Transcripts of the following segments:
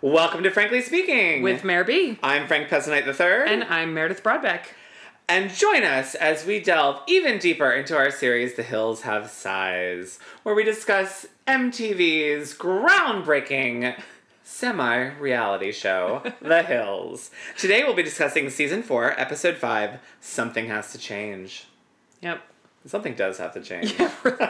Welcome to Frankly Speaking. with Mayor B. I'm Frank Pezzanite III. And I'm Meredith Broadbeck. And join us as we delve even deeper into our series, The Hills Have Sighs, where we discuss MTV's groundbreaking semi reality show, The Hills. Today we'll be discussing season four, episode five Something Has to Change. Yep. Something does have to change. so,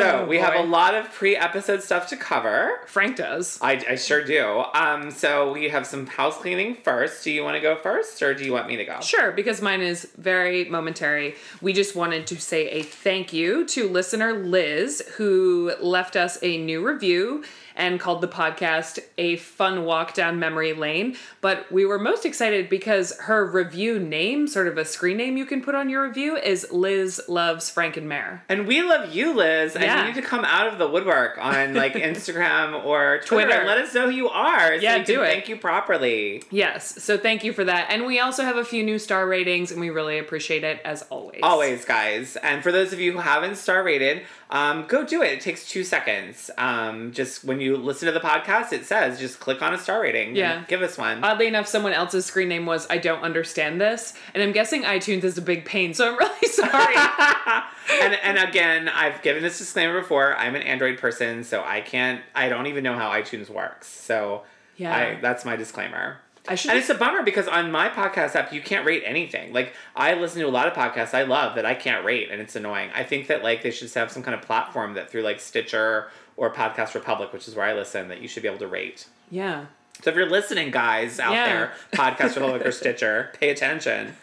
Oh, we have boy. a lot of pre episode stuff to cover. Frank does. I, I sure do. Um, so we have some house cleaning first. Do you want to go first, or do you want me to go? Sure, because mine is very momentary. We just wanted to say a thank you to listener Liz, who left us a new review and called the podcast a fun walk down memory lane. But we were most excited because her review name, sort of a screen name you can put on your review, is Liz Loves Frank and Mare. And we love you, Liz. Yeah. And you need to come out of the woodwork on like Instagram or Twitter. Twitter. And let us know who you are. So Yeah, we do can it. Thank you properly. Yes, so thank you for that. And we also have a few new star ratings, and we really appreciate it as always. Always, guys. And for those of you who haven't star rated, um, go do it. It takes two seconds. Um, just when you listen to the podcast, it says just click on a star rating. and Yeah. Give us one. Oddly enough, someone else's screen name was I Don't Understand This, and I'm guessing iTunes is a big pain, so I'm really sorry. and, and again, I've given this disclaimer before. I'm an Android person, so I can't. I don't even know how iTunes works. So Yeah. I, that's my disclaimer. I should And it's a bummer because on my podcast app, you can't rate anything. Like I listen to a lot of podcasts I love that I can't rate, and it's annoying. I think that like they should have some kind of platform that through like Stitcher or Podcast Republic, which is where I listen, that you should be able to rate. yeah. So if you're listening, guys out Yeah. there, Podcast Republic or Stitcher, pay attention.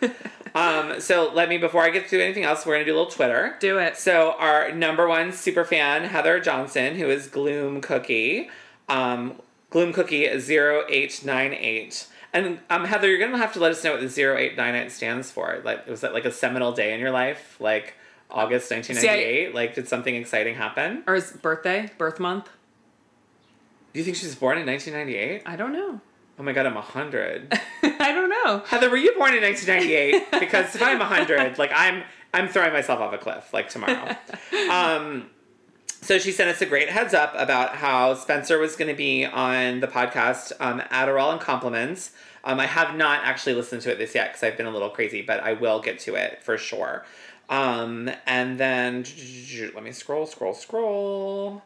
Um, so let me before I get to anything else, we're gonna do a little Twitter. Do it. So our number one super fan, Heather Johnson, who is Gloom Cookie, um, Gloom Cookie 0898. And um, Heather, you're gonna have to let us know what the 0898 stands for. Like, was that like a seminal day in your life, like August 1998? like, did something exciting happen? Or his birthday, birth month. Do you think she was born in 1998? I don't know. Oh my god, I'm hundred. I don't know. Heather, were you born in 1998? Because if I'm 100, like I'm, I'm throwing myself off a cliff like tomorrow. Um, so she sent us a great heads up about how Spencer was going to be on the podcast um, Adderall and Compliments. Um, I have not actually listened to it this yet because I've been a little crazy, but I will get to it for sure. Um, and then let me scroll, scroll, scroll.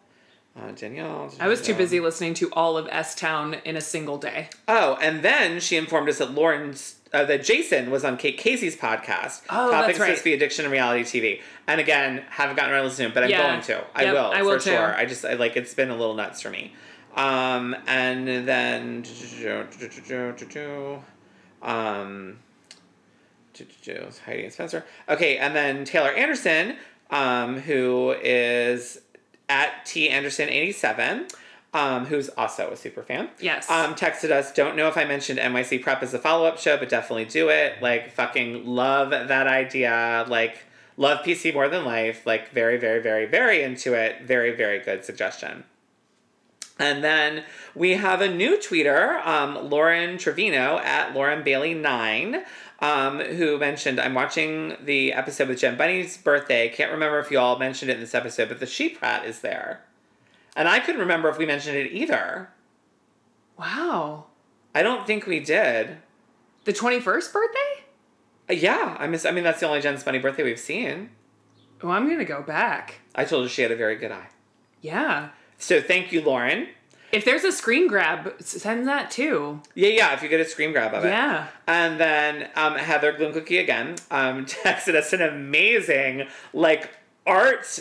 Uh, Danielle. I was too Danielle. busy listening to all of S Town in a single day. Oh, and then she informed us that Lauren's uh, that Jason was on Kate Casey's podcast. Oh, that's Topics right. supposed to be addiction and reality TV. And again, haven't gotten around to listening, but I'm Yeah. going to. I Yep, will. I will for too. sure. I just I, like it's been a little nuts for me. Um, and then um, Heidi and Spencer. Okay, and then Taylor Anderson, um, who is at T Anderson eighty seven, um, who's also a super fan. Yes. Um, texted us. Don't know if I mentioned NYC Prep as a follow up show, but definitely do it. Like fucking love that idea. Like love PC more than life. Like very very very very into it. Very very good suggestion. And then we have a new tweeter, um, Lauren Trevino at Lauren Bailey Nine, um, who mentioned, "I'm watching the episode with Jen Bunny's birthday. Can't remember if you all mentioned it in this episode, but the sheep rat is there." And I couldn't remember if we mentioned it either. wow. I don't think we did. The 21st birthday? Uh, Yeah, I miss. I mean, that's the only Jen's Bunny birthday we've seen. Oh, I'm going to go back. I told her she had a very good eye. Yeah. So thank you, Lauren. If there's a screen grab, s- send that too. Yeah, yeah. If you get a screen grab of it. Yeah. And then um, Heather Gloomcookie again um, texted us an amazing like art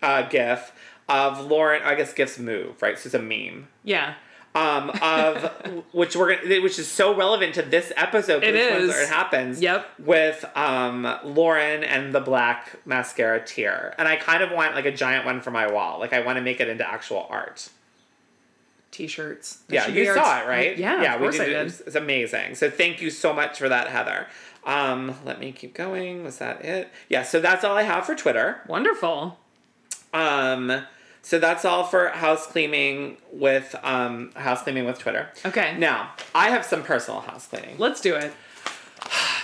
uh, gif of Lauren. I guess gifs move right. So it's a meme. Yeah. Um, of which we're gonna, which is so relevant to this episode. It because is. It happens. Yep. With um Lauren and the black mascara tear, and I kind of want like a giant one for my wall. Like I want to make it into actual art. T shirts. Yeah, you saw it, right? Yeah, yeah, of course we I did. it. did. It's, it's amazing. So thank you so much for that, Heather. Um, let me keep going. Was that it? Yeah. So that's all I have for Twitter. Wonderful. Um, so that's all for house cleaning with um house cleaning with Twitter. Okay. Now I have some personal house cleaning. Let's do it.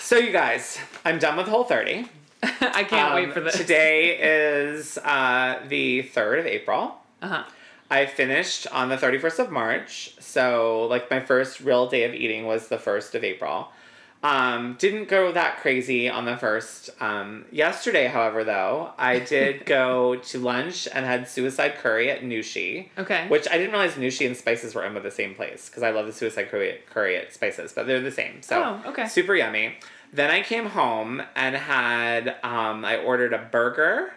So you guys, I'm done with Whole 30. Um, I can't wait for this. Today is uh, the third of April. Uh-huh. I finished on the 31st of March. So, like, my first real day of eating was the 1st of April. Um, didn't go that crazy on the 1st. Um, yesterday, however, though, I did go to lunch and had suicide curry at Nushi. Okay. Which I didn't realize Nushi and Spices were in with the same place because I love the suicide curry, curry at Spices, but they're the same. So, Oh, okay. super yummy. Then I came home and had, um, I ordered a burger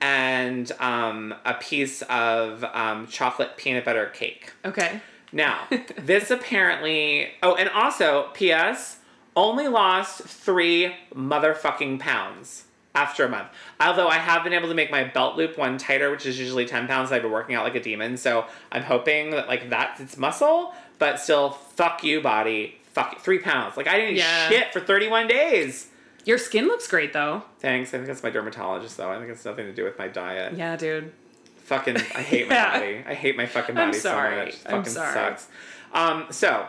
and um, a piece of um, chocolate peanut butter cake. Okay. Now, this apparently. Oh, and also, P.S. Only lost three motherfucking pounds after a month. Although I have been able to make my belt loop one tighter, which is usually ten pounds. I've been working out like a demon, so I'm hoping that like that's its muscle, but still, fuck you, body. Fuck it, three pounds. Like I didn't eat Yeah. shit for 31 days. Your skin looks great though. Thanks. I think that's my dermatologist, though. I think it's nothing to do with my diet. Yeah, dude. Fucking, I hate my Yeah. body. I hate my fucking I'm body so sorry. much. It I'm fucking sorry. sucks. Um, so,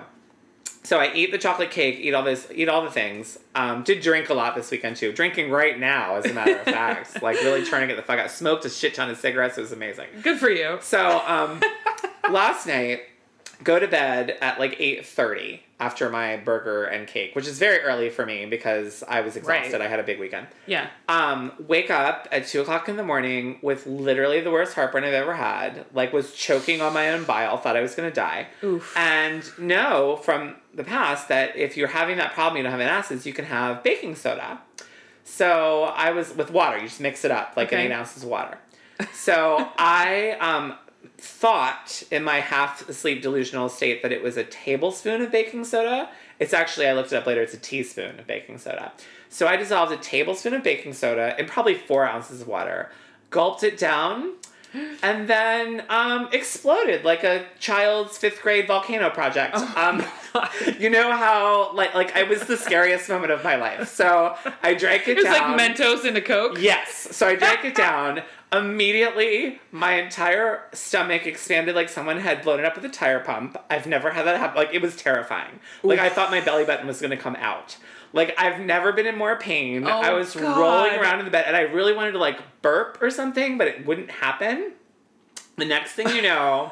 so I eat the chocolate cake, eat all this, eat all the things. Um, did drink a lot this weekend too. Drinking right now, as a matter of fact. Like really trying to get the fuck out. Smoked a shit ton of cigarettes. It was amazing. Good for you. So, um, last night, go to bed at like eight thirty after my burger and cake, which is very early for me because I was exhausted. I had a big weekend Yeah. um, wake up at two o'clock in the morning with literally the worst heartburn I've ever had. Like, was choking on my own bile, thought I was gonna die. Oof. And know from the past that if you're having that problem, you don't have an acids, you can have baking soda. So I was with water. You just mix it up like Okay. an eight ounces of water. So I um, thought in my half asleep delusional state that it was a tablespoon of baking soda. It's actually I looked it up later. It's a teaspoon of baking soda. So I dissolved a tablespoon of baking soda in probably four ounces of water, gulped it down, and then um, exploded like a child's fifth grade volcano project. Oh um, you know how like like it was the scariest moment of my life. So I drank it, It was down. like Mentos and a Coke. Yes. So I drank it down. Immediately, my entire stomach expanded like someone had blown it up with a tire pump. I've never had that happen. Like, it was terrifying. Like, I thought my belly button was going to come out. Like, I've never been in more pain. Oh, I was God. rolling around in the bed and I really wanted to, like, burp or something, but it wouldn't happen. The next thing you know,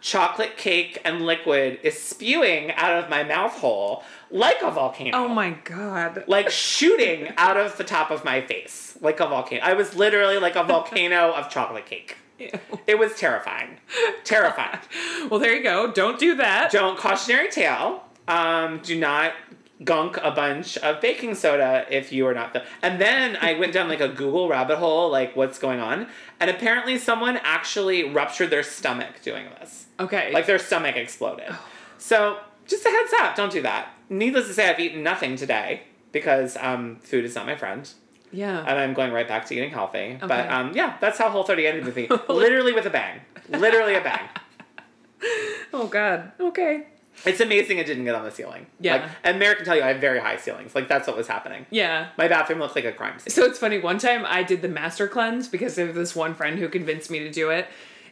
chocolate cake and liquid is spewing out of my mouth hole like a volcano Oh my god. like shooting out of the top of my face like a volcano. I was literally like a volcano of chocolate cake. It was terrifying. Terrifying. Well, there you go. Don't do that. Don't cautionary tale. Um, do not gunk a bunch of baking soda if you are not the. And then I went down like a Google rabbit hole, like what's going on. And apparently, someone actually ruptured their stomach doing this. Okay. Like their stomach exploded. So just a heads up, don't do that. Needless to say, I've eaten nothing today because um, food is not my friend. yeah. And I'm going right back to eating healthy. Okay. But um, yeah, that's how Whole 30 ended with me. Literally with a bang. Literally a bang. Oh god. Okay. It's amazing it didn't get on the ceiling. Yeah. Like, and Mary can tell you I have very high ceilings. Like, that's what was happening. Yeah. My bathroom looks like a crime scene. So it's funny. One time I did the master cleanse because of this one friend who convinced me to do it.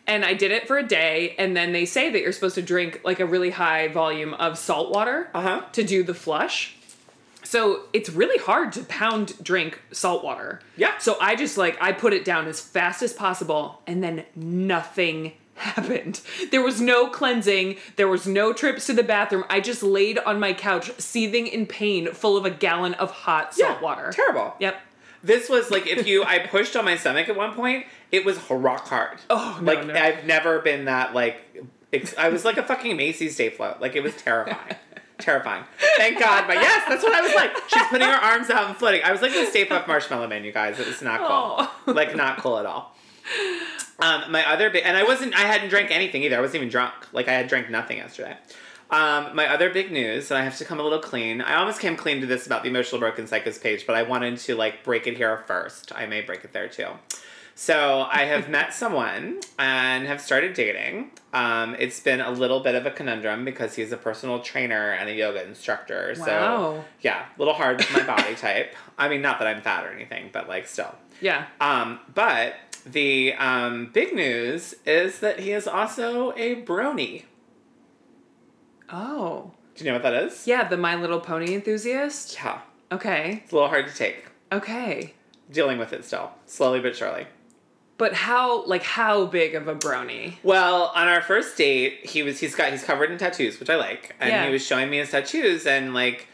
And I did it for a day. And then they say that you're supposed to drink like a really high volume of salt water Uh-huh. to do the flush. So it's really hard to pound drink salt water. Yeah. So I just like, I put it down as fast as possible and then nothing happened. There was no cleansing, there was no trips to the bathroom. I just laid on my couch, seething in pain, full of a gallon of hot salt Yeah, water. Terrible. Yep. This was like if you I pushed on my stomach at one point, it was h- rock hard. Oh, no, like no. I've never been that like ex- I was like a fucking Macy's day float. Like it was terrifying. terrifying. Thank God. But yes, that's what I was like. She's putting her arms out and floating. I was like the Stay Puft Marshmallow Man, you guys. It was not cool. Oh. Like not cool at all. Um, my other big, and I wasn't, I hadn't drank anything either. I wasn't even drunk. Like I had drank nothing yesterday. Um, my other big news, and I have to come a little clean. I almost came clean to this about the emotional broken psychos page, but I wanted to like break it here first. I may break it there too. So I have met someone and have started dating. Um, it's been a little bit of a conundrum because he's a personal trainer and a yoga instructor. Wow. So yeah, a little hard with my body type. I mean, not that I'm fat or anything, but like still. Yeah. Um, but the um, big news is that he is also a brony. Oh. Do you know what that is? Yeah, the My Little Pony enthusiast. Yeah. Okay. It's a little hard to take. Okay. Dealing with it still, slowly but surely. But how like how big of a brony? Well, on our first date, he was he's got he's covered in tattoos, which I like, and Yeah. he was showing me his tattoos and like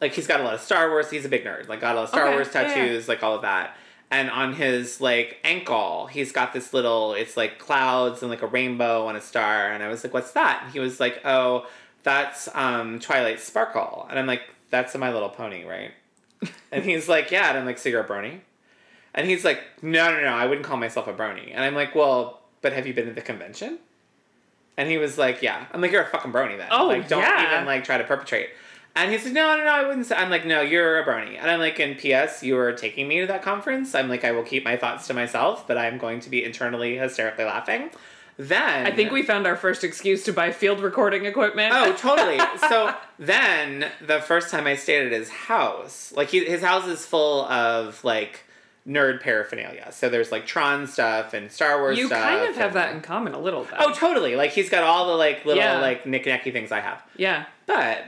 like he's got a lot of Star Wars. He's a big nerd. Like got a lot of Star Okay, Wars yeah, yeah. tattoos, like all of that. And on his like ankle, he's got this little it's like clouds and like a rainbow and a star. And I was like, "What's that?" And he was like, "Oh, that's um Twilight Sparkle." And I'm like, "That's My Little Pony, right?" and he's like, "Yeah." And I'm like, "So you're a brony?" And he's like, no, no, no, I wouldn't call myself a brony. And I'm like, well, but have you been to the convention? And he was like, yeah. I'm like, you're a fucking brony then. Oh, like, don't yeah. even like try to perpetrate. And he's like, no, no, no, I wouldn't say. I'm like, no, you're a brony. And I'm like, and P.S., you were taking me to that conference. I'm like, I will keep my thoughts to myself, but I'm going to be internally hysterically laughing. Then I think we found our first excuse to buy field recording equipment. Oh, totally. so then the first time I stayed at his house, like he, his house is full of like nerd paraphernalia. So there's like Tron stuff and Star Wars you stuff. kind of have and- that in common a little bit. Oh, totally. Like he's got all the like little Yeah. like knick-knacky things I have. yeah. But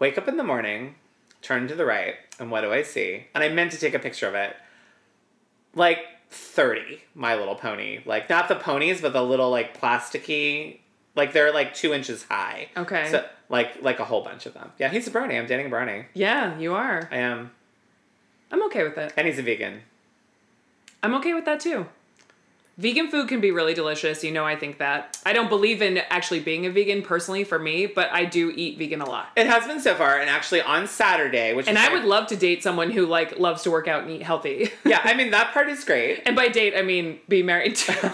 wake up in the morning, turn to the right, and what do I see? And I meant to take a picture of it. Like 30 My Little Pony. Like not the ponies, but the little like plasticky, like they're like two inches high. Okay. So like like a whole bunch of them. Yeah, he's a brony. I'm dating a brony. yeah, you are. I am. I'm okay with it. And he's a vegan. I'm okay with that too. Vegan food can be really delicious. You know, I think that. I don't believe in actually being a vegan personally for me, but I do eat vegan a lot. It has been so far, and actually on Saturday, which And is I like- would love to date someone who like loves to work out and eat healthy. Yeah, I mean that part is great. and by date, I mean be married to.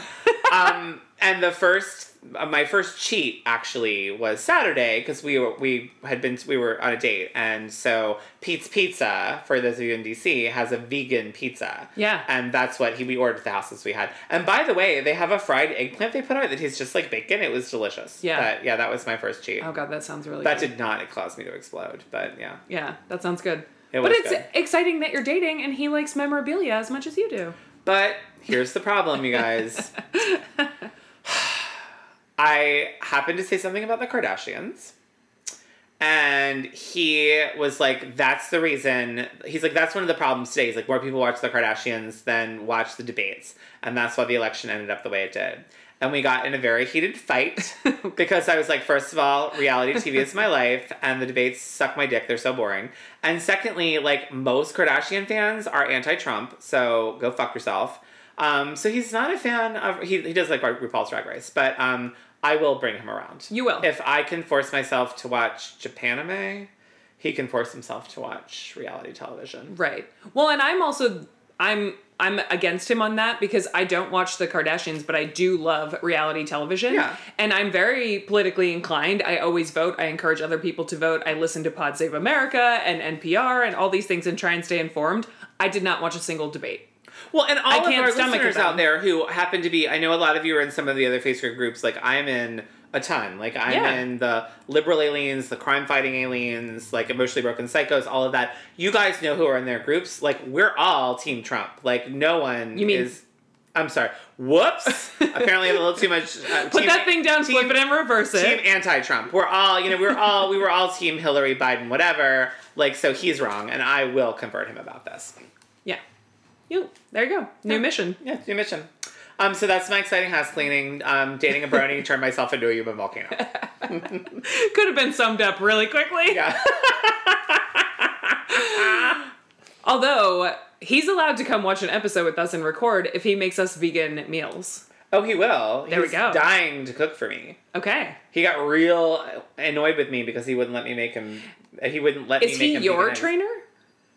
um, and the first, uh, my first cheat actually was Saturday because we were, we had been we were on a date, and so Pete's Pizza for those of you in DC has a vegan pizza. Yeah. and that's what he we ordered at the houses we had. And by the way, they have a fried eggplant they put on it that tastes just like bacon. It was delicious. Yeah. But, yeah, that was my first cheat. oh god, that sounds really That good. did not cause me to explode, but yeah. yeah, that sounds good. It but was it's good. exciting that you're dating and he likes memorabilia as much as you do. But here's the problem, you guys. I happened to say something about the Kardashians. And he was like, that's the reason. He's like, that's one of the problems today. He's like, more people watch the Kardashians than watch the debates. And that's why the election ended up the way it did. And we got in a very heated fight because I was like, first of all, reality TV is my life, and the debates suck my dick. They're so boring. And secondly, like, most Kardashian fans are anti Trump, so go fuck yourself. Um, so he's not a fan of, he, he does like RuPaul's Drag Race, but um, I will bring him around. You will. If I can force myself to watch Japanime, he can force himself to watch reality television. Right. Well, and I'm also I'm I'm against him on that because I don't watch the Kardashians, but I do love reality television. Yeah. And I'm very politically inclined. I always vote. I encourage other people to vote. I listen to Pod Save America and NPR and all these things and try and stay informed. I did not watch a single debate. Well, and all can't of our stomach it, listeners though. out there who happen to be, I know a lot of you are in some of the other Facebook groups, like I'm in a ton. Like I'm Yeah. in the liberal aliens, the crime fighting aliens, like emotionally broken psychos, all of that. You guys know who are in their groups. Like we're all Team Trump. Like no one You mean- is. I'm sorry. Whoops. Apparently, I had a little too much. Uh, Put team- that thing down, flip it and reverse it. team anti-Trump. We're all, you know, we're all, we were all team Hillary, Biden, whatever. Like, so he's wrong, and I will convert him about this. yeah. You there you go. New mission. Yeah, new mission. Um, so that's my exciting house cleaning. Um, dating a brony, turn myself into a human volcano. Could have been summed up really quickly. Yeah. Although he's allowed to come watch an episode with us and record if he makes us vegan meals. Oh, he will. There we He's go. Dying to cook for me. Okay. He got real annoyed with me because he wouldn't let me make him. He wouldn't let me. Is make he him your veganize. trainer?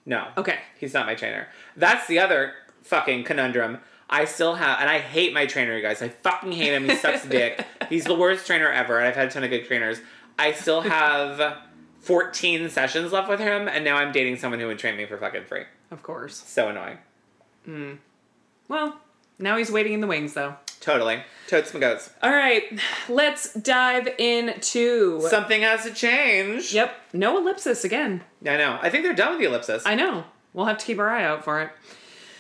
No. Okay. He's not my trainer. That's the other fucking conundrum. I still have, and I hate my trainer, you guys. I fucking hate him. He sucks dick. He's the worst trainer ever, and I've had a ton of good trainers. I still have 14 sessions left with him, and now I'm dating someone who would train me for fucking free. Of course. So annoying. Well, now he's waiting in the wings though. Totally. Totes and goats. All right, let's dive into Something has to change. Yep, no ellipsis again. I know. I think they're done with the ellipsis. I know. We'll have to keep our eye out for it.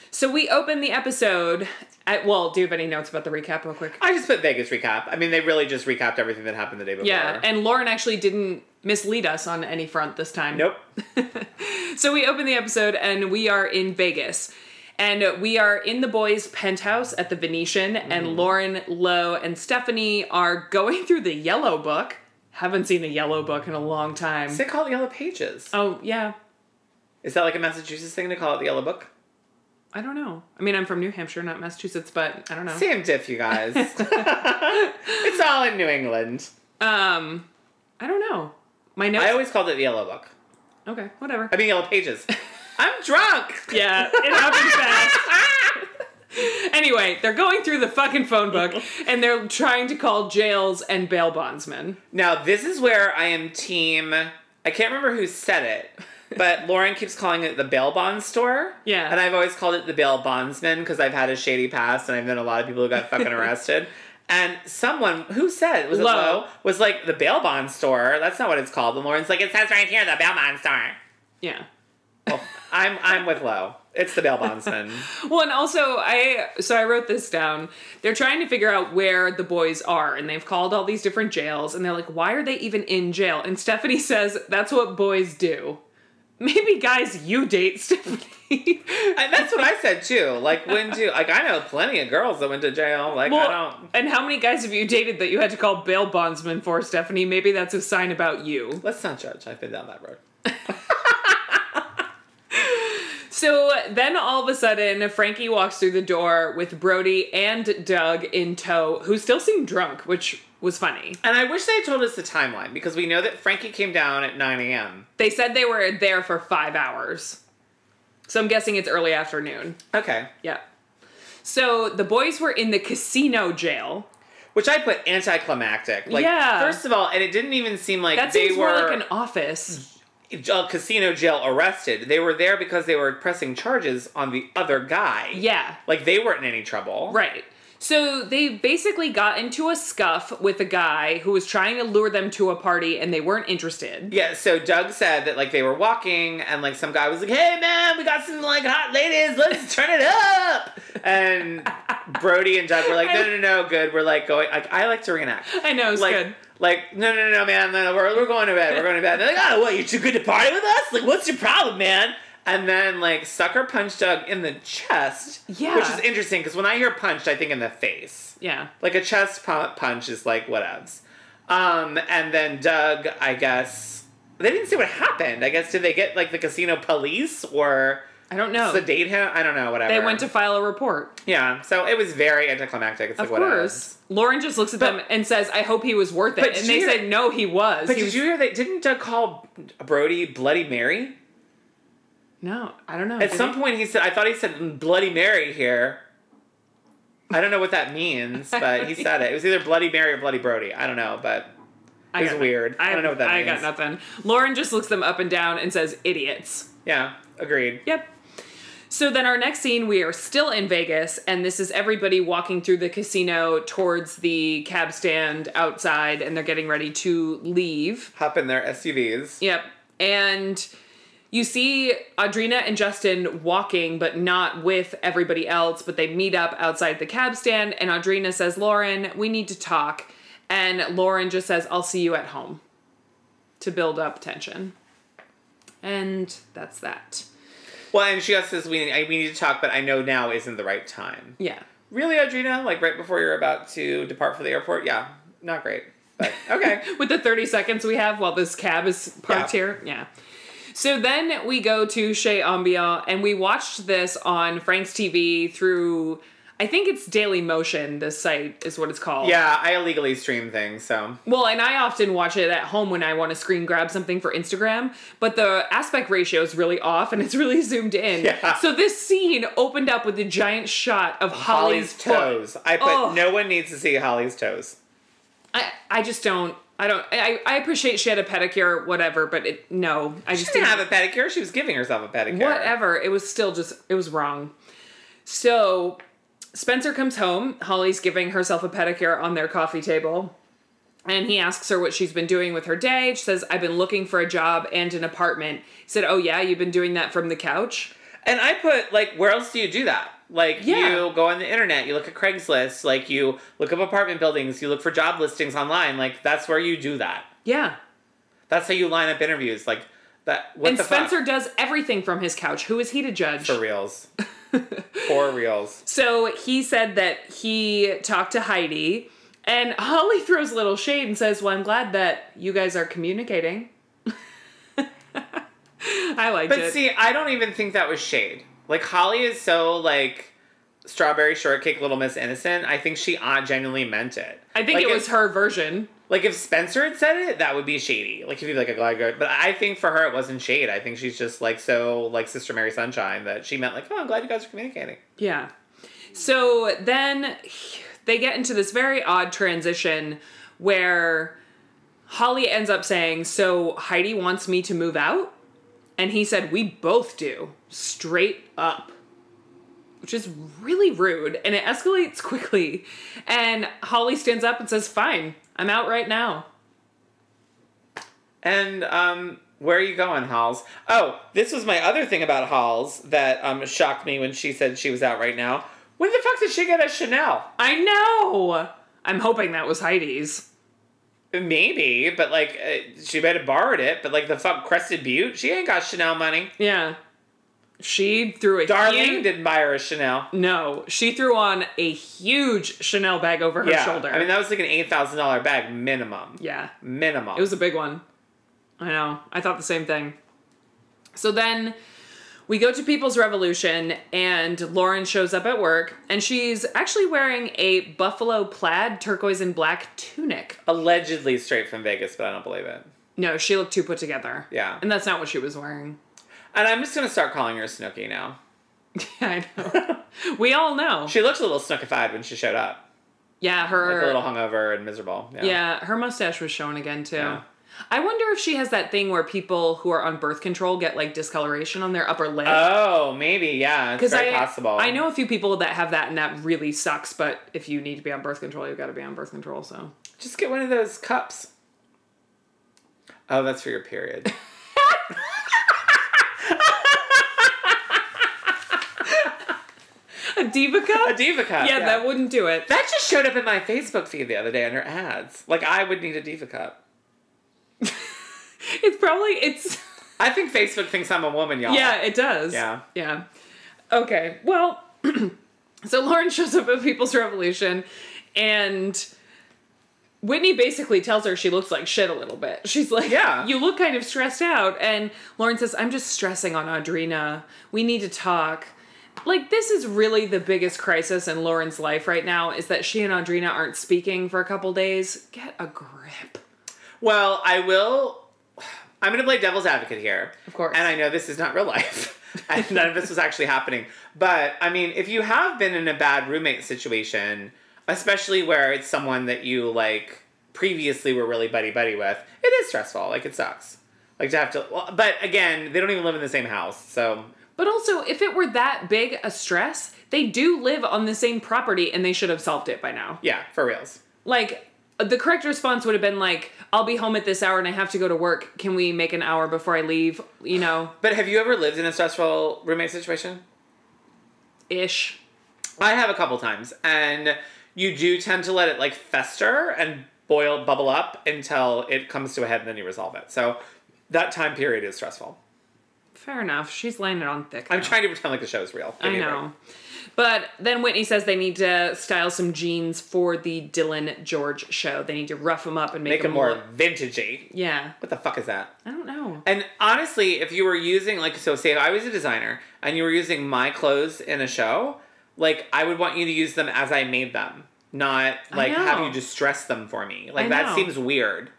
So we open the episode at well, do you have any notes about the recap real quick? I just put Vegas recap. I mean, they really just recapped everything that happened the day before. Yeah, and Lauren actually didn't mislead us on any front this time. nope. So we open the episode and we are in Vegas. And we are in the boys' penthouse at the Venetian, and Lauren Lowe and Stephanie are going through the yellow book. Haven't seen a yellow book in a long time. Does they call it Yellow Pages? Oh, yeah. Is that like a Massachusetts thing to call it the Yellow Book? I don't know. I mean, I'm from New Hampshire, not Massachusetts, but I don't know. Same diff, you guys. it's all in New England. Um, I don't know. My notes. I always called it the Yellow Book. okay, whatever. I mean, Yellow Pages. I'm drunk. Yeah, it happened fast. Anyway, they're going through the fucking phone book and they're trying to call jails and bail bondsmen. Now, this is where I am team. I can't remember who said it, but Lauren keeps calling it the bail bond store. Yeah. And I've always called it the bail bondsman because I've had a shady past and I've known a lot of people who got fucking arrested. And someone who said was it Low. Low was like the bail bond store. That's not what it's called. And Lauren's like, it says right here the bail bond store. Yeah. Well, I'm I'm with Low. It's the bail bondsman. Well, and also I so I wrote this down. They're trying to figure out where the boys are, and they've called all these different jails, and they're like, "Why are they even in jail?" And Stephanie says, "That's what boys do." Maybe guys, you date Stephanie. and that's what I said too. Like when do like I know plenty of girls that went to jail. Like I well, don't. and how many guys have you dated that you had to call bail bondsman for, Stephanie? Maybe that's a sign about you. Let's not judge. I've been down that road. So then all of a sudden, Frankie walks through the door with Brody and Doug in tow, who still seem drunk, which was funny. And I wish they had told us the timeline because we know that Frankie came down at 9 a.m. They said they were there for five hours. So I'm guessing it's early afternoon. Okay. Yeah. So the boys were in the casino jail. Which I put anticlimactic. Like, Yeah. first of all, and it didn't even seem like That they seems were more like an office. uh, casino jail arrested. They were there because they were pressing charges on the other guy. Yeah. Like, they weren't in any trouble. Right. So they basically got into a scuff with a guy who was trying to lure them to a party and they weren't interested. Yeah, so Doug said that, like, they were walking and, like, some guy was like, hey, man, we got some, like, hot ladies. Let's turn it up. And Brody and Doug were like, no, no, no, good. We're, like, going. Like, I like to reenact. I know, it's like, good. like, no, no, no, man, no, we're, we're going to bed, we're going to bed. They're like, oh, what, you're too good to party with us? Like, what's your problem, man? And then, like, sucker punched Doug in the chest. Yeah. Which is interesting, because when I hear punched, I think in the face. Yeah. Like, a chest pu- punch is like, whatevs. Um, and then Doug, I guess, they didn't say what happened. I guess, did they get, like, the casino police or I don't know. sedate him? I don't know, whatever. They went to file a report. Yeah, so it was very anticlimactic. It's Of like, whatever. course. Lauren just looks at them and says, I hope he was worth it. But did and they you- said, no, he was. But he did was you hear that? Didn't Doug call Brody Bloody Mary? No, I don't know. At some point, he said, I thought he said Bloody Mary here. I don't know what that means, but he said it. It was either Bloody Mary or Bloody Brody. I don't know, but I it was got- weird. I, don't know what that I means. got nothing. Lauren just looks them up and down and says, idiots. Yeah, agreed. Yep. So then our next scene, we are still in Vegas, and this is everybody walking through the casino towards the cab stand outside, and they're getting ready to leave. Hop in their SUVs. Yep. And you see Audrina and Justin walking, but not with everybody else, but they meet up outside the cab stand. And Audrina says, Lauren, we need to talk. And Lauren just says, I'll see you at home to build up tension. And that's that. Well, and she also says, we, I- we need to talk, but I know now isn't the right time. Yeah. Really, Audrina? Like right before you're about to depart for the airport? Yeah, not great. But okay. With the 30 seconds we have while this cab is parked Yeah. here. Yeah. So then we go to Chez Ambiant and we watched this on Frank's TV through, I think it's Daily Motion, this site is what it's called. yeah, I illegally stream things, so. Well, and I often watch it at home when I want to screen grab something for Instagram, but the aspect ratio is really off and it's really zoomed in. Yeah. So this scene opened up with a giant shot of Holly's, Holly's foot. toes. I put, Oh. no one needs to see Holly's toes. I, I just don't. I don't. I, I appreciate she had a pedicure, whatever, but it, no, I She just didn't have a pedicure. She was giving herself a pedicure. whatever. It was still just it was wrong. So Spencer comes home. Holly's giving herself a pedicure on their coffee table. And he asks her what she's been doing with her day. She says, I've been looking for a job and an apartment. He said, Oh, yeah, you've been doing that from the couch? And I put like, where else do you do that? Like Yeah. you go on the internet, you look at Craigslist, like you look up apartment buildings, you look for job listings online. Like that's where you do that. Yeah. That's how you line up interviews. Like that. What And the Spencer fuck? does everything from his couch. Who is he to judge? for reals. For reals. So he said that he talked to Heidi, and Holly throws a little shade and says, Well, I'm glad that you guys are communicating. I liked But it. see, I don't even think that was shade. Like Holly is so like strawberry shortcake, Little Miss Innocent. I think she uh, genuinely meant it. I think Like, it if- was her version. Like if Spencer had said it, that would be shady. Like if you'd be like a glad girl. But I think for her it wasn't shade. I think she's just like so like Sister Mary Sunshine that she meant like, oh I'm glad you guys are communicating. Yeah. So then they get into this very odd transition where Holly ends up saying, So Heidi wants me to move out? And he said, We both do, straight up. Which is really rude and it escalates quickly. And Holly stands up and says, Fine, I'm out right now. And um, where are you going, Halls? Oh, this was my other thing about Halls that um, shocked me when she said she was out right now. When the fuck did she get a Chanel? I know! I'm hoping that was Heidi's. Maybe, but like uh, she might have borrowed it. But like the fuck Crested Butte, she ain't got Chanel money. Yeah. She threw a Darlene huge- didn't buy her a Chanel. No, she threw on a huge Chanel bag over her yeah, shoulder. I mean that was like an eight thousand dollar bag minimum. yeah, Minimum. it was a big one. I know. I thought the same thing. So then we go to People's Revolution, and Lauren shows up at work, and she's actually wearing a buffalo plaid, turquoise and black tunic. allegedly straight from Vegas, but I don't believe it. No, she looked too put together. Yeah. And that's not what she was wearing. And I'm just gonna start calling her Snooky now. I know. we all know. She looked a little snookified when she showed up, yeah, her. like a little hungover and miserable. Yeah. Yeah, her mustache was shown again too. Yeah. I wonder if she has that thing where people who are on birth control get like discoloration on their upper lip. Oh, maybe yeah. It's very I, possible. I know a few people that have that, and that really sucks. But if you need to be on birth control, you've got to be on birth control. So Just get one of those cups. Oh, that's for your period. a diva A cup? diva cup. yeah, that wouldn't do it. That just showed up in my Facebook feed the other day under ads. Like I would need a diva cup. It's probably it's I think Facebook thinks I'm a woman, y'all. yeah, it does. Yeah. yeah. Okay, well, so Lauren shows up at People's Revolution, and Whitney basically tells her she looks like shit a little bit. She's like, Yeah. you look kind of stressed out." And Lauren says, "I'm just stressing on Audrina. We need to talk." Like this is really the biggest crisis in Lauren's life right now is that she and Audrina aren't speaking for a couple days. Get a grip. Well, I will. I'm going to play devil's advocate here. Of course. And I know this is not real life. and none of this was actually happening. But I mean, if you have been in a bad roommate situation, especially where it's someone that you like previously were really buddy buddy with, it is stressful. Like it sucks. Like to have to. well, But again, they don't even live in the same house. So But also, if it were that big a stress, they do live on the same property and they should have solved it by now. yeah, for reals. Like, the correct response would have been like, I'll be home at this hour and I have to go to work. Can we make an hour before I leave? You know, But have you ever lived in a stressful roommate situation? ish. I have a couple times, and you do tend to let it like fester and boil, bubble up until it comes to a head, and then you resolve it. So that time period is stressful. Fair enough. She's laying it on thick. I'm now. trying to pretend like the show is real. I know. But then Whitney says they need to style some jeans for the Dylan George show. They need to rough them up and make, Make it them more look- vintagey. Yeah. What the fuck is that? I don't know. And honestly, if you were using like so say if I was a designer and you were using my clothes in a show, like I would want you to use them as I made them, not like have know. you distress them for me. Like I know. that seems weird.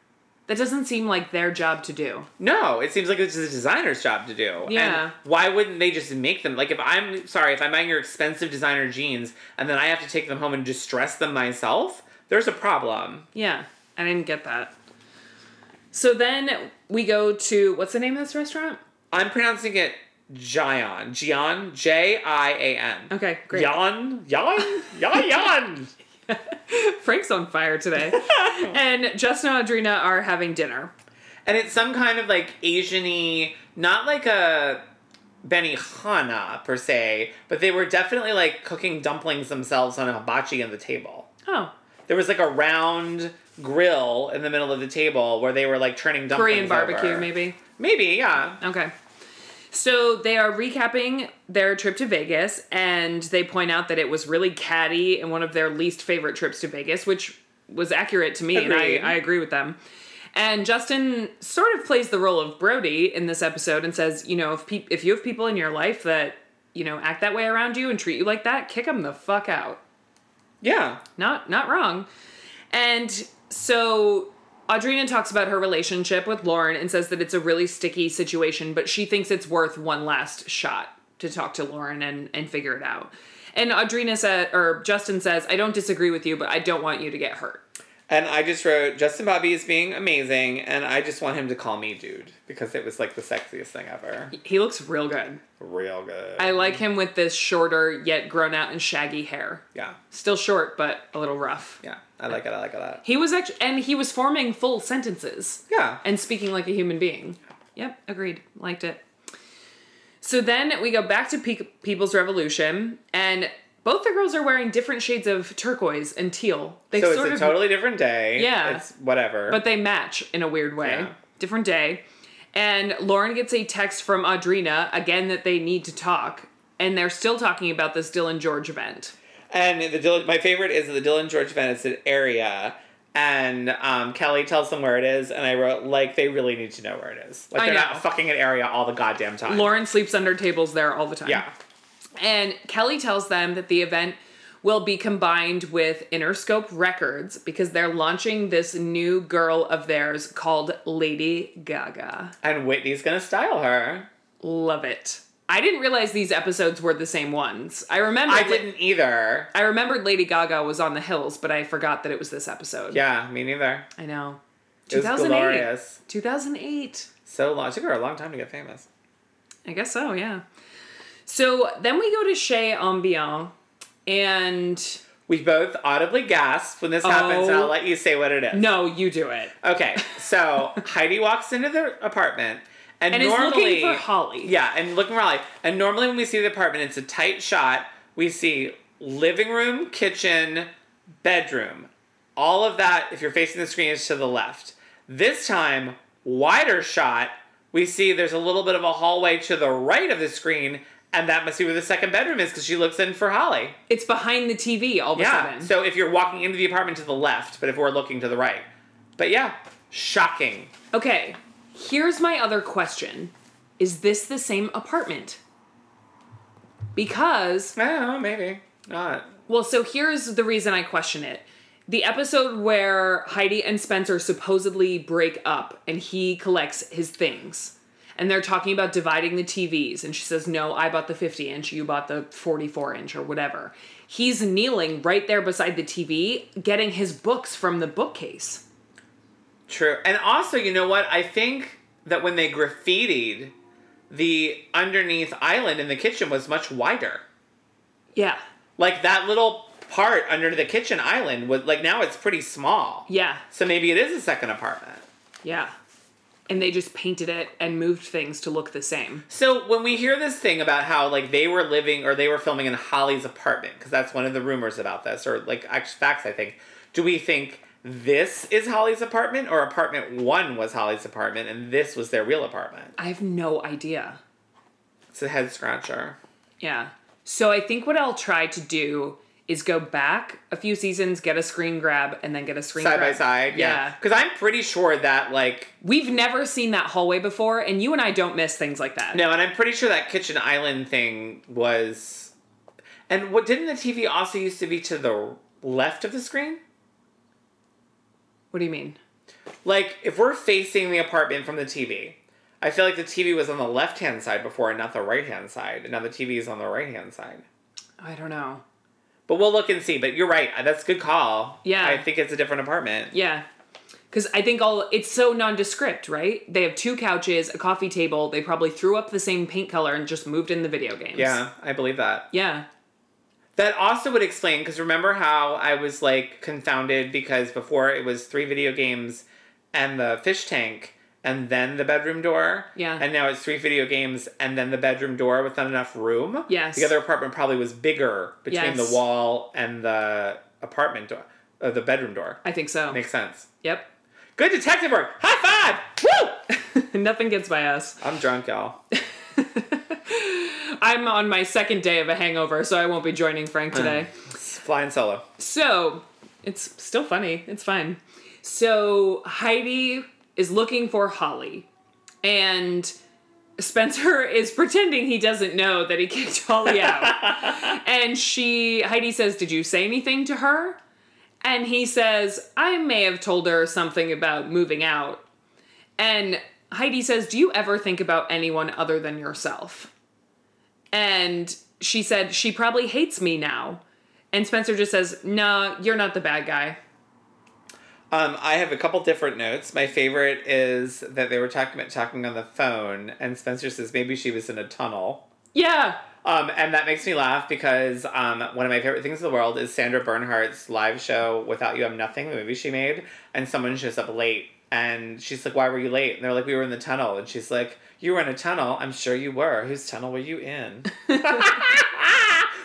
That doesn't seem like their job to do. No, it seems like it's a designer's job to do. Yeah. And why wouldn't they just make them? Like, if I'm sorry, if I'm buying your expensive designer jeans and then I have to take them home and distress them myself, there's a problem. Yeah, I didn't get that. So then we go to what's the name of this restaurant? I'm pronouncing it Jion. Jion? J I A N. Okay, Oh, great. Yon? Yon? Yon? Yon? Frank's on fire today. and Justin and Audrina are having dinner. And it's some kind of like Asian y, not like a Benihana per se, but they were definitely like cooking dumplings themselves on a hibachi on the table. Oh, There was like a round grill in the middle of the table where they were like turning dumplings. Korean barbecue, over. maybe. Maybe, yeah. Okay. So they are recapping their trip to Vegas and they point out that it was really catty and one of their least favorite trips to Vegas, which was accurate to me Agreed. and I, I agree with them. And Justin sort of plays the role of Brody in this episode and says, you know, if peop if you have people in your life that, you know, act that way around you and treat you like that, kick them the fuck out Yeah. not not wrong. And so Audrina talks about her relationship with Lauren and says that it's a really sticky situation, but she thinks it's worth one last shot to talk to Lauren and and figure it out. And Audrina said or Justin says, "I don't disagree with you, but I don't want you to get hurt." And I just wrote Justin Bobby is being amazing, and I just want him to call me dude because it was like the sexiest thing ever. He looks real good. Real good. I like him with this shorter yet grown out and shaggy hair. yeah, Still short, but a little rough. yeah. I like it. I like it a lot. He was actually and he was forming full sentences. Yeah. and speaking like a human being. Yep, agreed. Liked it. So then we go back to Pe- People's Revolution, and both the girls are wearing different shades of turquoise and teal. They so sort it's a of, totally different day. Yeah. It's whatever. but they match in a weird way. Yeah. Different day. And Lauren gets a text from Audrina again that they need to talk, and they're still talking about this Dylan George event. And the Dylan, my favorite is the Dylan George Venice area. And um, Kelly tells them where it is, and I wrote like they really need to know where it is. Like I they're know. not fucking an area all the goddamn time. Lauren sleeps under tables there all the time. Yeah. And Kelly tells them that the event will be combined with Interscope Records because they're launching this new girl of theirs called Lady Gaga. And Whitney's gonna style her. Love it. I didn't realize these episodes were the same ones. I remember I didn't either. I remembered Lady Gaga was on the hills, but I forgot that it was this episode. Yeah, me neither. I know. It was 2008. glorious. 2008. So long. It took her a long time to get famous. I guess so, yeah. So then we go to Chez Ambiant and We both audibly gasped when this happens, and Oh. I'll let you say what it is. no, you do it. Okay, so Heidi walks into the apartment, and, And normally is looking for Holly. Yeah, and looking around. Like, and normally when we see the apartment, it's a tight shot. We see living room, kitchen, bedroom. All of that, if you're facing the screen, is to the left. This time, wider shot, we see there's a little bit of a hallway to the right of the screen, and that must be where the second bedroom is because she looks in for Holly. It's behind the TV all of a Yeah. sudden. So if you're walking into the apartment to the left, but if we're looking to the right. But yeah, shocking. okay, here's my other question. Is this the same apartment? Because, I don't know, maybe. Not. well, so here's the reason I question it. The episode where Heidi and Spencer supposedly break up and he collects his things. And they're talking about dividing the TVs. And she says, No, I bought the 50 inch, you bought the 44 inch, or whatever. He's kneeling right there beside the TV, getting his books from the bookcase. True. And also, you know what? I think that when they graffitied, the underneath island in the kitchen was much wider. Yeah. Like that little part under the kitchen island was like now it's pretty small. Yeah. So maybe it is a second apartment. Yeah. And they just painted it and moved things to look the same. So when we hear this thing about how like they were living or they were filming in Holly's apartment because that's one of the rumors about this or like actually facts I think. Do we think this is Holly's apartment or apartment 1 was Holly's apartment and this was their real apartment? I have no idea. It's a head scratcher. Yeah. So I think what I'll try to do is go back a few seasons, get a screen grab, and then get a screen side by grab. side. Yeah, because I'm pretty sure that like We've never seen that hallway before, and you and I don't miss things like that. no, and I'm pretty sure that kitchen island thing was, and what didn't the TV also used to be to the left of the screen? What do you mean? Like if we're facing the apartment from the TV, I feel like the TV was on the left hand side before and not the right hand side, and now the TV is on the right hand side. I don't know. But we'll look and see. But you're right. That's a good call. Yeah. I think it's a different apartment. Yeah. Because I think all it's so nondescript, right? They have two couches, a coffee table. They probably threw up the same paint color and just moved in the video games. Yeah, I believe that. Yeah. That also would explain because remember how I was like confounded because before it was three video games and the fish tank and then the bedroom door. Yeah. And now it's three video games and then the bedroom door with not enough room. Yes. The other apartment probably was bigger between Yes. the wall and the apartment door, uh, the bedroom door. I think so. Makes sense. Yep. Good detective work. High five. Woo! Nothing gets by us. I'm drunk, y'all. I'm on my second day of a hangover, so I won't be joining Frank today. Flying solo. So it's still funny. It's fine. So Heidi is looking for Holly, and Spencer is pretending he doesn't know that he kicked Holly out. and she, Heidi says, "Did you say anything to her?" And he says, "I may have told her something about moving out." And Heidi says, "Do you ever think about anyone other than yourself?" And she said, "She probably hates me now." And Spencer just says, "No, you're not the bad guy." Um, I have a couple different notes. My favorite is that they were talking about talking on the phone, and Spencer says maybe she was in a tunnel. Yeah. Um, and that makes me laugh because um, one of my favorite things in the world is Sandra Bernhardt's live show, Without You I'm Nothing, the movie she made. And someone shows up late and she's like, Why were you late? And they're like, We were in the tunnel. And she's like, You were in a tunnel? I'm sure you were. Whose tunnel were you in?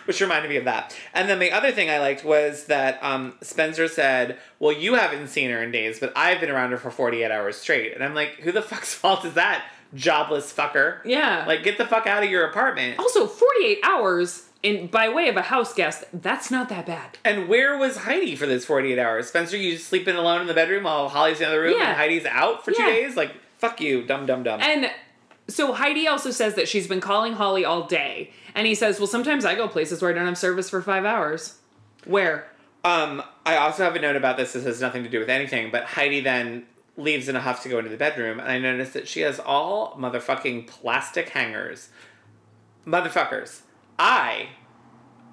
Which reminded me of that. And then the other thing I liked was that um, Spencer said, Well, you haven't seen her in days, but I've been around her for 48 hours straight. And I'm like, Who the fuck's fault is that? Jobless fucker. Yeah. Like, get the fuck out of your apartment. also 48 hours in by way of a house guest, that's not that bad. And where was Heidi for those 48 hours? Spencer, you just sleeping alone in the bedroom while Holly's in the other room Yeah. and Heidi's out for two Yeah. days? Like, fuck you, dumb, dumb, dumb. And so Heidi also says that she's been calling Holly all day. And he says, Well, sometimes I go places where I don't have service for five hours. Where? um, I also have a note about this. This has nothing to do with anything, but Heidi then leaves in a huff to go into the bedroom, and I notice that she has all motherfucking plastic hangers. Motherfuckers. I,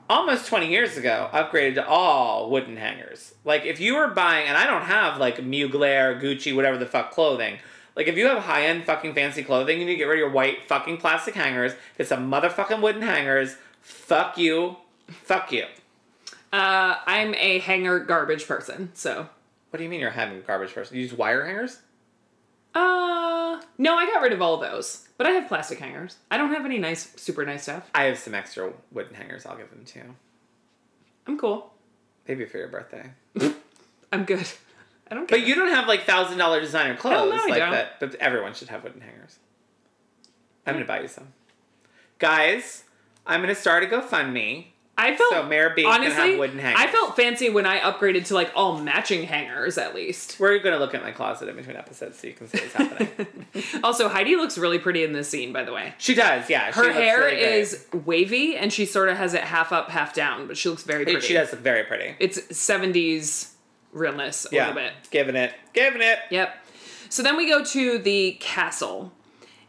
almost 20 years ago, upgraded to all wooden hangers. Like, if you were buying, and I don't have like Mugler, Gucci, whatever the fuck clothing. Like, if you have high end fucking fancy clothing, you need to get rid of your white fucking plastic hangers. Get some motherfucking wooden hangers. Fuck you. Fuck you. Uh, I'm a hanger garbage person, so. What do you mean you're having garbage person? You use wire hangers? Uh, no, I got rid of all those, but I have plastic hangers. I don't have any nice, super nice stuff. I have some extra wooden hangers. I'll give them to you. I'm cool. Maybe for your birthday. I'm good. I don't care. But you don't have like thousand dollar designer clothes Hell no, I like don't. that. But everyone should have wooden hangers. I'm gonna buy you some, guys. I'm gonna start a GoFundMe. I felt So Mayor B can have honestly, wooden hangers. I felt fancy when I upgraded to like all matching hangers at least. We're gonna look at my closet in between episodes so you can see what's happening. Also, Heidi looks really pretty in this scene, by the way. She does, yeah. she Her looks hair really great. is wavy and she sort of has it half up, half down, but she looks very pretty. She does look very pretty. It's 70s realness a yeah, little bit. giving it, giving it. Yep. So then we go to the castle.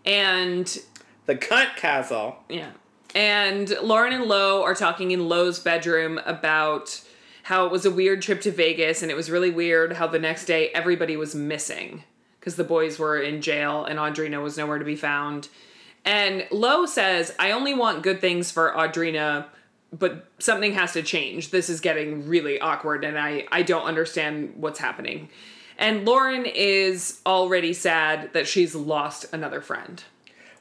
And The cunt castle. Yeah. And Lauren and Lo are talking in Lo's bedroom about how it was a weird trip to Vegas and it was really weird how the next day everybody was missing because the boys were in jail and Audrina was nowhere to be found. And Lo says, I only want good things for Audrina, but something has to change. This is getting really awkward and I, I don't understand what's happening. And Lauren is already sad that she's lost another friend.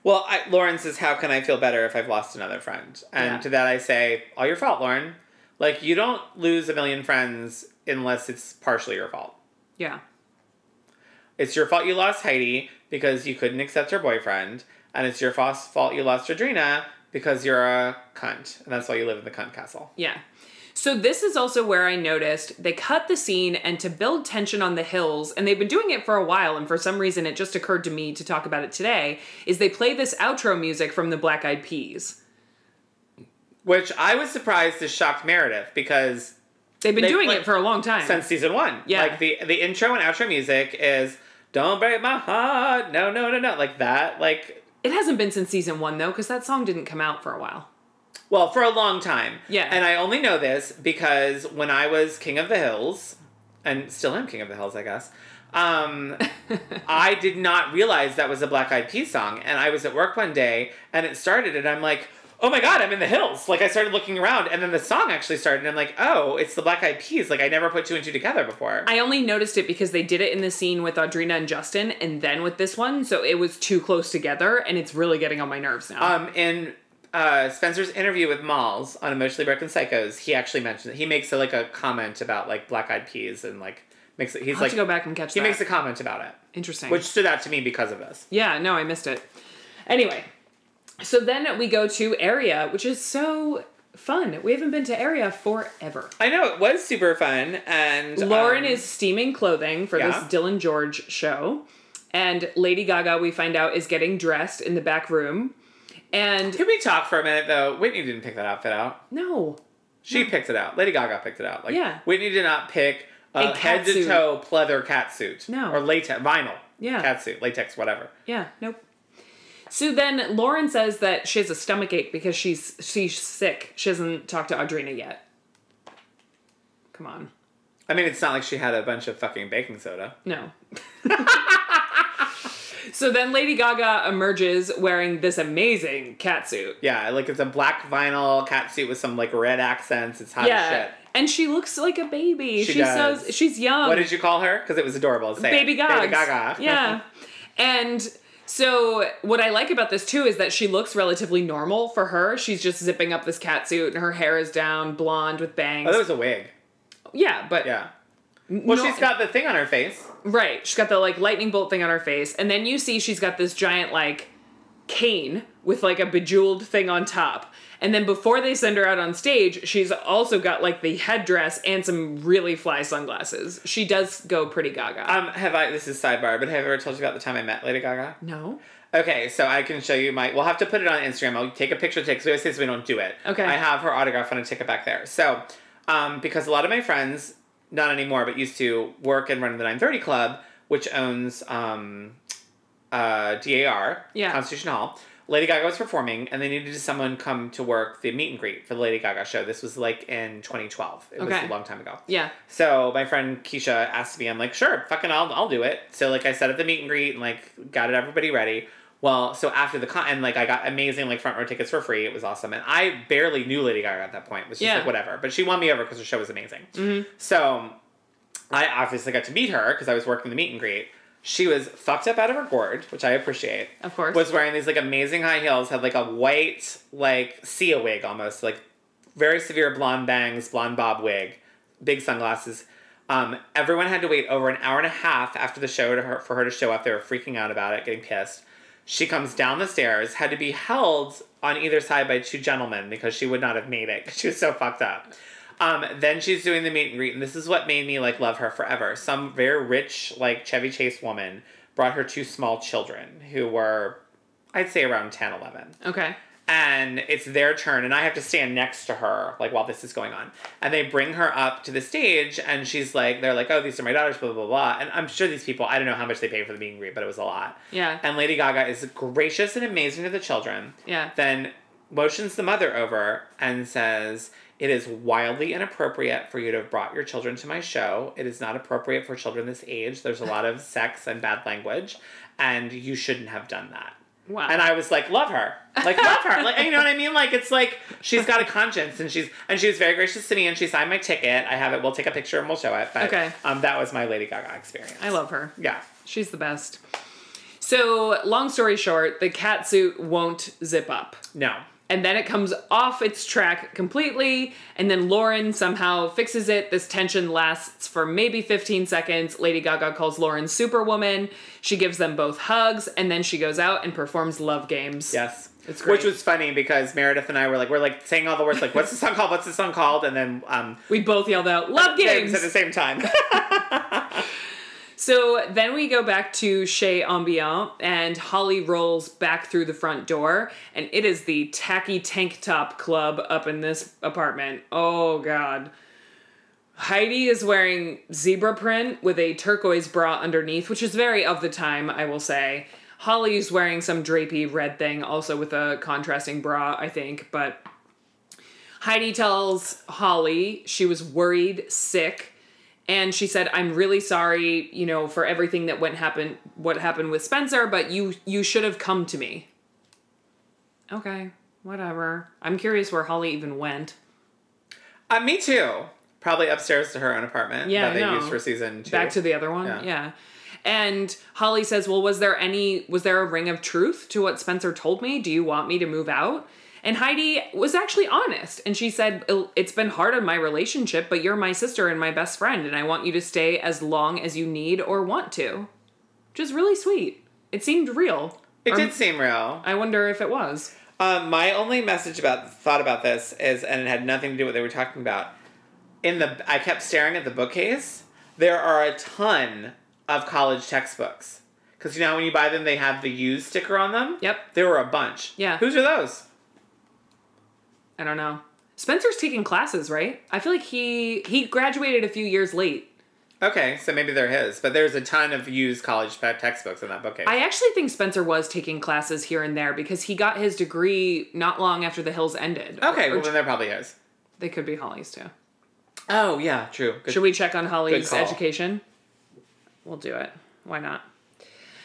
Well, I, Lauren says, "How can I feel better if I've lost another friend?" And Yeah. to that, I say, "All your fault, Lauren. Like you don't lose a million friends unless it's partially your fault. Yeah. It's your fault you lost Heidi because you couldn't accept her boyfriend, and it's your fa- fault you lost Adrina because you're a cunt, and that's why you live in the cunt castle." Yeah. So this is also where I noticed they cut the scene and to build tension on the hills, and they've been doing it for a while, and for some reason it just occurred to me to talk about it today, is they play this outro music from the Black Eyed Peas. Which I was surprised this shocked Meredith because They've been They doing play- it for a long time. since season one, Yeah. like the the intro and outro music is "Don't break my heart, no, no, no, no," like that, like it hasn't been since season one though, because that song didn't come out for a while. Well, for a long time. Yeah. And I only know this because when I was King of the Hills, and still am King of the Hills, I guess, um, I did not realize that was a Black Eyed Peas song. And I was at work one day and it started, and I'm like, oh my God, I'm in the hills. Like, I started looking around, and then the song actually started, and I'm like, oh, it's the Black Eyed Peas. Like, I never put two and two together before. I only noticed it because they did it in the scene with Audrina and Justin, and then with this one, so it was too close together, and it's really getting on my nerves now. um, in uh, Spencer's interview with Malls on Emotionally Broken Psychos, he actually mentioned that he makes like a comment about like Black Eyed Peas and like makes it. He's I'll have like to go back and catch He that. makes a comment about it, Interesting. which stood out to me because of this. Yeah, no, I missed it. Anyway, So then we go to Area, which is so fun. We haven't been to Area forever. I know it was super fun, and Lauren um, is steaming clothing for this yeah. Dylan George show. And Lady Gaga, we find out, is getting dressed in the back room. And Can we talk for a minute though? Whitney didn't pick that outfit out. no, She picked it out. Lady Gaga picked it out. Like Yeah. Whitney did not pick a, A head to catsuit. toe pleather catsuit. No. Or latex vinyl. Yeah. Catsuit, latex, whatever. yeah, nope. So then Lauren says that she has a stomach ache because she's she's sick. She hasn't talked to Audrina yet. Come on. I mean, it's not like she had a bunch of fucking baking soda. No. so then Lady Gaga emerges wearing this amazing catsuit. Yeah, like it's a black vinyl catsuit with some like red accents. It's hot as Yeah. shit. And she looks like a baby. She She, does. says she's young. What did you call her? Because it was adorable. Say it. baby Gaga. Baby Gaga. yeah. And so what I like about this too is that she looks relatively normal for her. She's just zipping up this catsuit and her hair is down, blonde with bangs. oh, that was a wig. yeah, but Yeah. Well, she's got the thing on her face. Right. She's got the like lightning bolt thing on her face. And then you see she's got this giant like cane with like a bejeweled thing on top. And then before they send her out on stage, she's also got like the headdress and some really fly sunglasses. She does go pretty gaga. Um, have I? This is sidebar, but have I ever told you about the time I met Lady Gaga? no. Okay, so I can show you my. We'll have to put it on Instagram. I'll take a picture of it because we always say so we don't do it. Okay. I have her autograph on a ticket back there. So, um, because a lot of my friends, not anymore, but used to work and run the 930 Club, which owns um, uh, DAR, Yeah. Constitution Hall. Lady Gaga was performing, and they needed someone come to work the meet and greet for the Lady Gaga show. This was like in 2012. It was Okay. a long time ago. Yeah. So my friend Keisha asked me, I'm like, sure, fucking I'll, I'll do it. So like I set up the meet and greet and like got it everybody ready. Well, so after the con and like I got amazing like front row tickets for free. It was awesome. And I barely knew Lady Gaga at that point. It was just Yeah. Mm-hmm. like whatever. But she won me over because her show was amazing. So I obviously got to meet her because I was working the meet and greet. She was fucked up out of her gourd, which I appreciate. Of course. Was wearing these like amazing high heels, had like a white, like Sia wig almost, like very severe blonde bangs, blonde bob wig, big sunglasses. Um, everyone had to wait over an hour and a half after the show to her, for her to show up. They were freaking out about it, getting pissed. She comes down the stairs, had to be held on either side by two gentlemen because she would not have made it 'cause she was so fucked up. Um, then she's doing the meet and greet, and this is what made me like love her forever. Some very rich, like Chevy Chase woman brought her two small children who were, I'd say, around 10, 11 Okay. and it's their turn and i have to stand next to her like while this is going on and they bring her up to the stage and she's like they're like oh these are my daughters blah blah blah, blah. and i'm sure these people i don't know how much they paid for the meet and greet but it was a lot Yeah. and lady gaga is gracious and amazing to the children Yeah. then motions the mother over and says it is wildly inappropriate for you to have brought your children to my show. It is not appropriate for children this age. There's a lot of sex and bad language, and you shouldn't have done that. Wow. And I was like, love her. Like, love her. Like, you know what I mean? Like, it's like she's got a conscience and she's, and she was very gracious to me and she signed my ticket. I have it. We'll take a picture and we'll show it. But, Okay. um, that was my Lady Gaga experience. I love her. Yeah. She's the best. So, long story short, the catsuit won't zip up. No. and then it comes off its track completely and then lauren somehow fixes it this tension lasts for maybe 15 seconds lady gaga calls lauren superwoman she gives them both hugs and then she goes out and performs love games Yes. It's great. Which was funny because Meredith and I were like, we're like saying all the words, like, what's the song called? What's the song called? And then, um, we both yelled out love at the games same time. so then we go back to chez ambiant and holly rolls back through the front door and it is the tacky tank top club up in this apartment oh god Heidi is wearing zebra print with a turquoise bra underneath, which is very of the time, I will say. Holly's wearing some drapey red thing, also with a contrasting bra, I think. But Heidi tells Holly she was worried, sick, and she said, "I'm really sorry, you know, for everything that went happened, what happened with Spencer, but you you should have come to me." Okay, whatever. I'm curious where Holly even went. uh, me too. Probably upstairs to her own apartment Yeah, that they no. used for season two. back to the other one Yeah. yeah. and holly says well was there any was there a ring of truth to what spencer told me do you want me to move out and heidi was actually honest and she said "It- it's been hard on my relationship but you're my sister and my best friend and i want you to stay as long as you need or want to which is really sweet it seemed real it Or- did seem real. i wonder if it was Um, my only message about thought about this is, and it had nothing to do with what they were talking about. In the, I kept staring at the bookcase. There are a ton of college textbooks because you know how when you buy them, they have the used sticker on them. Yep. There were a bunch. Yeah. Whose are those? I don't know. Spencer's taking classes, right? I feel like he he graduated a few years late. Okay, so maybe they're his, but there's a ton of used college pe- textbooks in that bookcase. I actually think Spencer was taking classes here and there because he got his degree not long after the Hills ended. okay, Or- or well then they're probably his. they could be Holly's too. Oh yeah, true. Good. Should we check on Holly's call. education? We'll do it. Why not?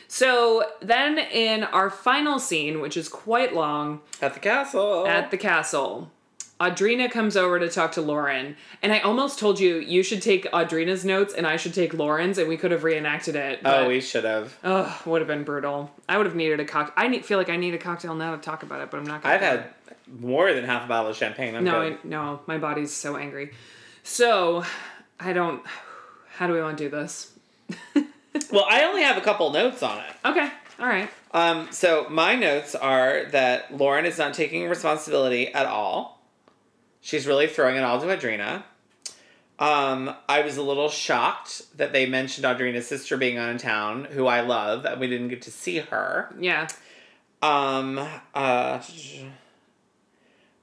So then in our final scene, which is quite long, At the castle. at the castle, Audrina comes over to talk to Lauren. And I almost told you you should take Audrina's notes and I should take Lauren's and we could have reenacted it. oh, but- we should have. Ugh, would have been brutal. I would have needed a cock. I need, feel like I need a cocktail now to talk about it, but I'm not. Gonna I've do had it. more than half a bottle of champagne. I'm no, good. I, no. My body's so angry. So I don't. How do we want to do this? well, I only have a couple notes on it. Okay, all right. Um, so my notes are that Lauren is not taking responsibility at all. She's really throwing it all to Adrina. Um, I was a little shocked that they mentioned Audrina's sister being out of town, who I love, and we didn't get to see her. Yeah, Um. Uh,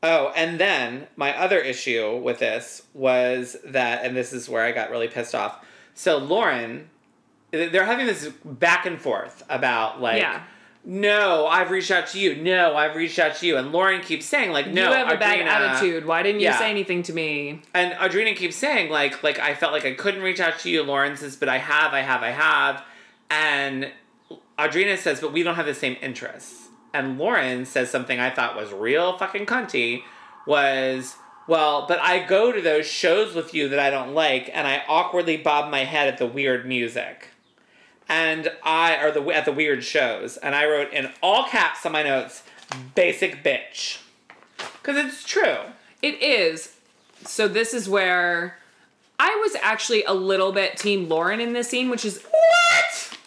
oh, and then my other issue with this was that, and this is where I got really pissed off. So Lauren, they're having this back and forth about like. Yeah. No, I've reached out to you. No, I've reached out to you. And Lauren keeps saying, like, no, you have a bad Audrina- attitude. Why didn't you Yeah. say anything to me? and Audrina keeps saying like like I felt like I couldn't reach out to you, Lauren says, but I have, I have, I have, and Audrina says, but we don't have the same interests. And Lauren says something I thought was real fucking cunty was well, but I go to those shows with you that I don't like, and I awkwardly bob my head at the weird music. And I are the at the weird shows, and I wrote in all caps on my notes, "basic bitch," because it's true. It is. So this is where I was actually a little bit Team Lauren in this scene, which is what.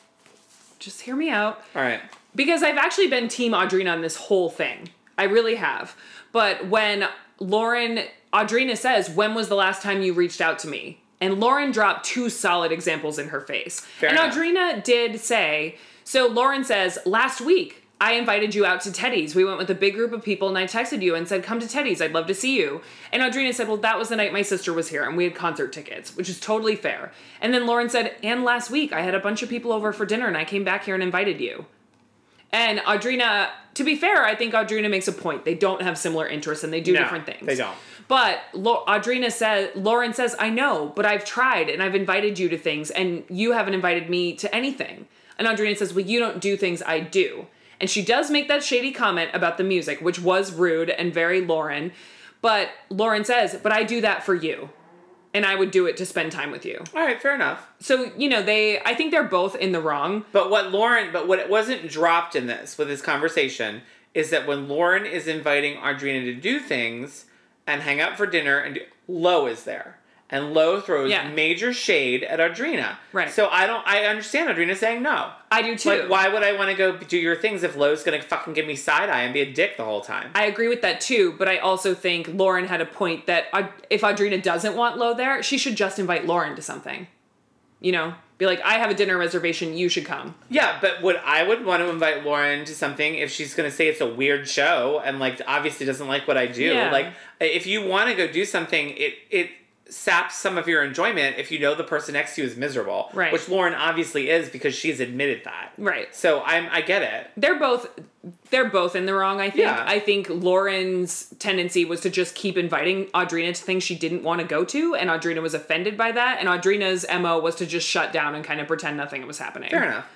Just hear me out. All right. because I've actually been team Audrina on this whole thing. I really have. But when Lauren Audrina says, "When was the last time you reached out to me?" and Lauren dropped two solid examples in her face. and enough. Audrina did say, so Lauren says, "Last week I invited you out to Teddy's. We went with a big group of people and I texted you and said, "Come to Teddy's. I'd love to see you." And Audrina said, "Well, that was the night my sister was here and we had concert tickets," which is totally fair. And then Lauren said, "And last week I had a bunch of people over for dinner and I came back here and invited you." And Audrina, to be fair, I think Audrina makes a point. They don't have similar interests and they do No, different things. they don't. But Lo- Audrina says, Lauren says, I know, but I've tried and I've invited you to things and you haven't invited me to anything. And Audrina says, Well, you don't do things I do. And she does make that shady comment about the music, which was rude and very Lauren. But Lauren says, But I do that for you. And I would do it to spend time with you. All right, fair enough. So, you know, they, I think they're both in the wrong. But what Lauren, but what it wasn't dropped in this with this conversation is that when Lauren is inviting Audrina to do things and hang out for dinner, and do, Lo is there, and Lo throws Yeah. major shade at Audrina. Right. So I don't. I understand Audrina saying no. I do too. Like, why would I want to go do your things if Lo's gonna fucking give me side eye and be a dick the whole time? I agree with that too, but I also think Lauren had a point that Aud- if Audrina doesn't want Lo there, she should just invite Lauren to something. You know, be like, I have a dinner reservation, you should come. Yeah, but would I would want to invite Lauren to something if she's gonna say it's a weird show and like obviously doesn't like what I do. Yeah. Like if you want to go do something, it it saps some of your enjoyment if you know the person next to you is miserable. Right. Which Lauren obviously is because she's admitted that. Right. So I'm I get it. They're both they're both in the wrong, I think. Yeah. I think Lauren's tendency was to just keep inviting Audrina to things she didn't want to go to, and Audrina was offended by that, and Audrina's MO was to just shut down and kind of pretend nothing was happening. Fair enough.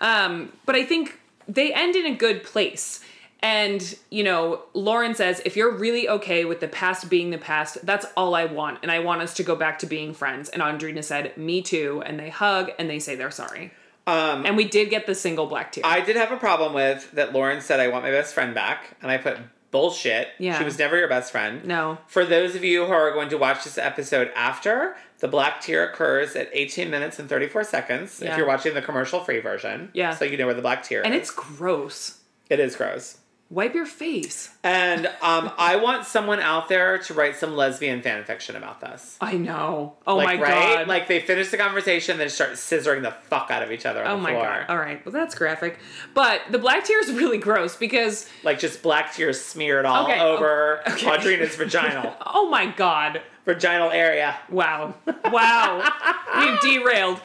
Um, but I think they end in a good place. And, you know, Lauren says, if you're really okay with the past being the past, that's all I want. And I want us to go back to being friends. And Andrina said, me too. And they hug and they say they're sorry. Um, And we did get the single black tear. I did have a problem with that. Lauren said I want my best friend back, and I put bullshit. Yeah. She was never your best friend. no. For those of you who are going to watch this episode after, the black tear occurs at 18 minutes and 34 seconds Yeah. if you're watching the commercial free version. Yeah. So you know where the black tear And is. it's gross. It is gross. Wipe your face. And um, I want someone out there to write some lesbian fan fiction about this. I know. Oh Like, my right? god. Like they finish the conversation, then start scissoring the fuck out of each other on oh the my floor. god. All right. Well, that's graphic. But the black tear is really gross because Like just black tears smeared all Okay, over okay. Audrina's vaginal oh my god. vaginal area. Wow. Wow. We've derailed.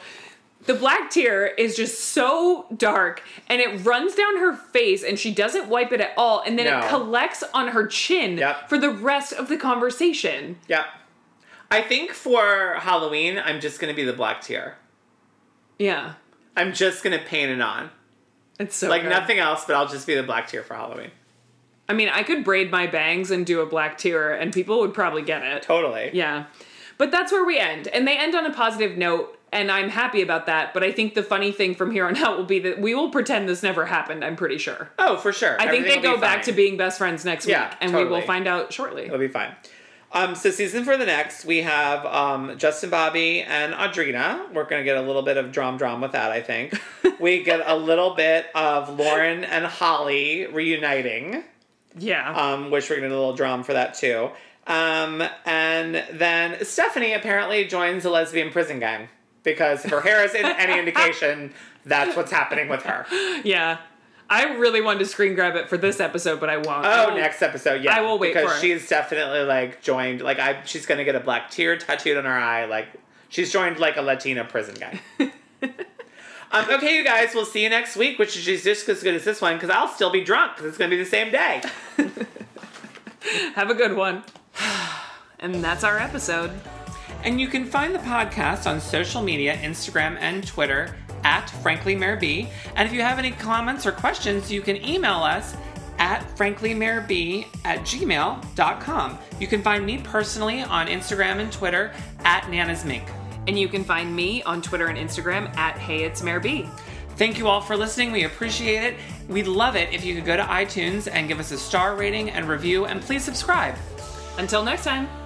The black tear is just so dark and it runs down her face and she doesn't wipe it at all and then No. it collects on her chin Yep. for the rest of the conversation. Yep. I think for Halloween, I'm just gonna be the black tear. Yeah. I'm just gonna paint it on. It's so Like good. nothing else, but I'll just be the black tear for Halloween. I mean, I could braid my bangs and do a black tear and people would probably get it. Totally. Yeah. But that's where we end. And they end on a positive note and I'm happy about that, but I think the funny thing from here on out will be that we will pretend this never happened, I'm pretty sure. Oh, for sure. I think they go back to be. being best friends next Yeah, week, and we will totally. Uh, find out shortly. It'll be fine. Um, so season for the next, we have um, Justin Bobby and Audrina. We're gonna get a little bit of drum drum with that, I think. we get a little bit of Lauren and Holly reuniting, Yeah. um, which we're gonna do a little drum for that too. Um, and then Stephanie apparently joins the lesbian prison gang because if her hair is in any indication, that's what's happening with her. yeah. I really wanted to screen grab it for this episode, but I won't. I Oh, will- next episode, yeah. I will wait because for it. she's definitely like joined. Like I, she's gonna get a black tear tattooed on her eye. Like she's joined like a Latina prison gang. um, okay, you guys, we'll see you next week, which is just as good as this one because I'll still be drunk because it's gonna be the same day. Have a good one. and that's our episode. And you can find the podcast on social media, Instagram and Twitter at Frankly Mayor B. And if you have any comments or questions, you can email us at franklymayorb at gmail.com. You can find me personally on Instagram and Twitter at Nana's Mink. And you can find me on Twitter and Instagram at Hey It's Mayor B. Thank you all for listening. We appreciate it. We'd love it if you could go to iTunes and give us a star rating and review, and please subscribe. Until next time.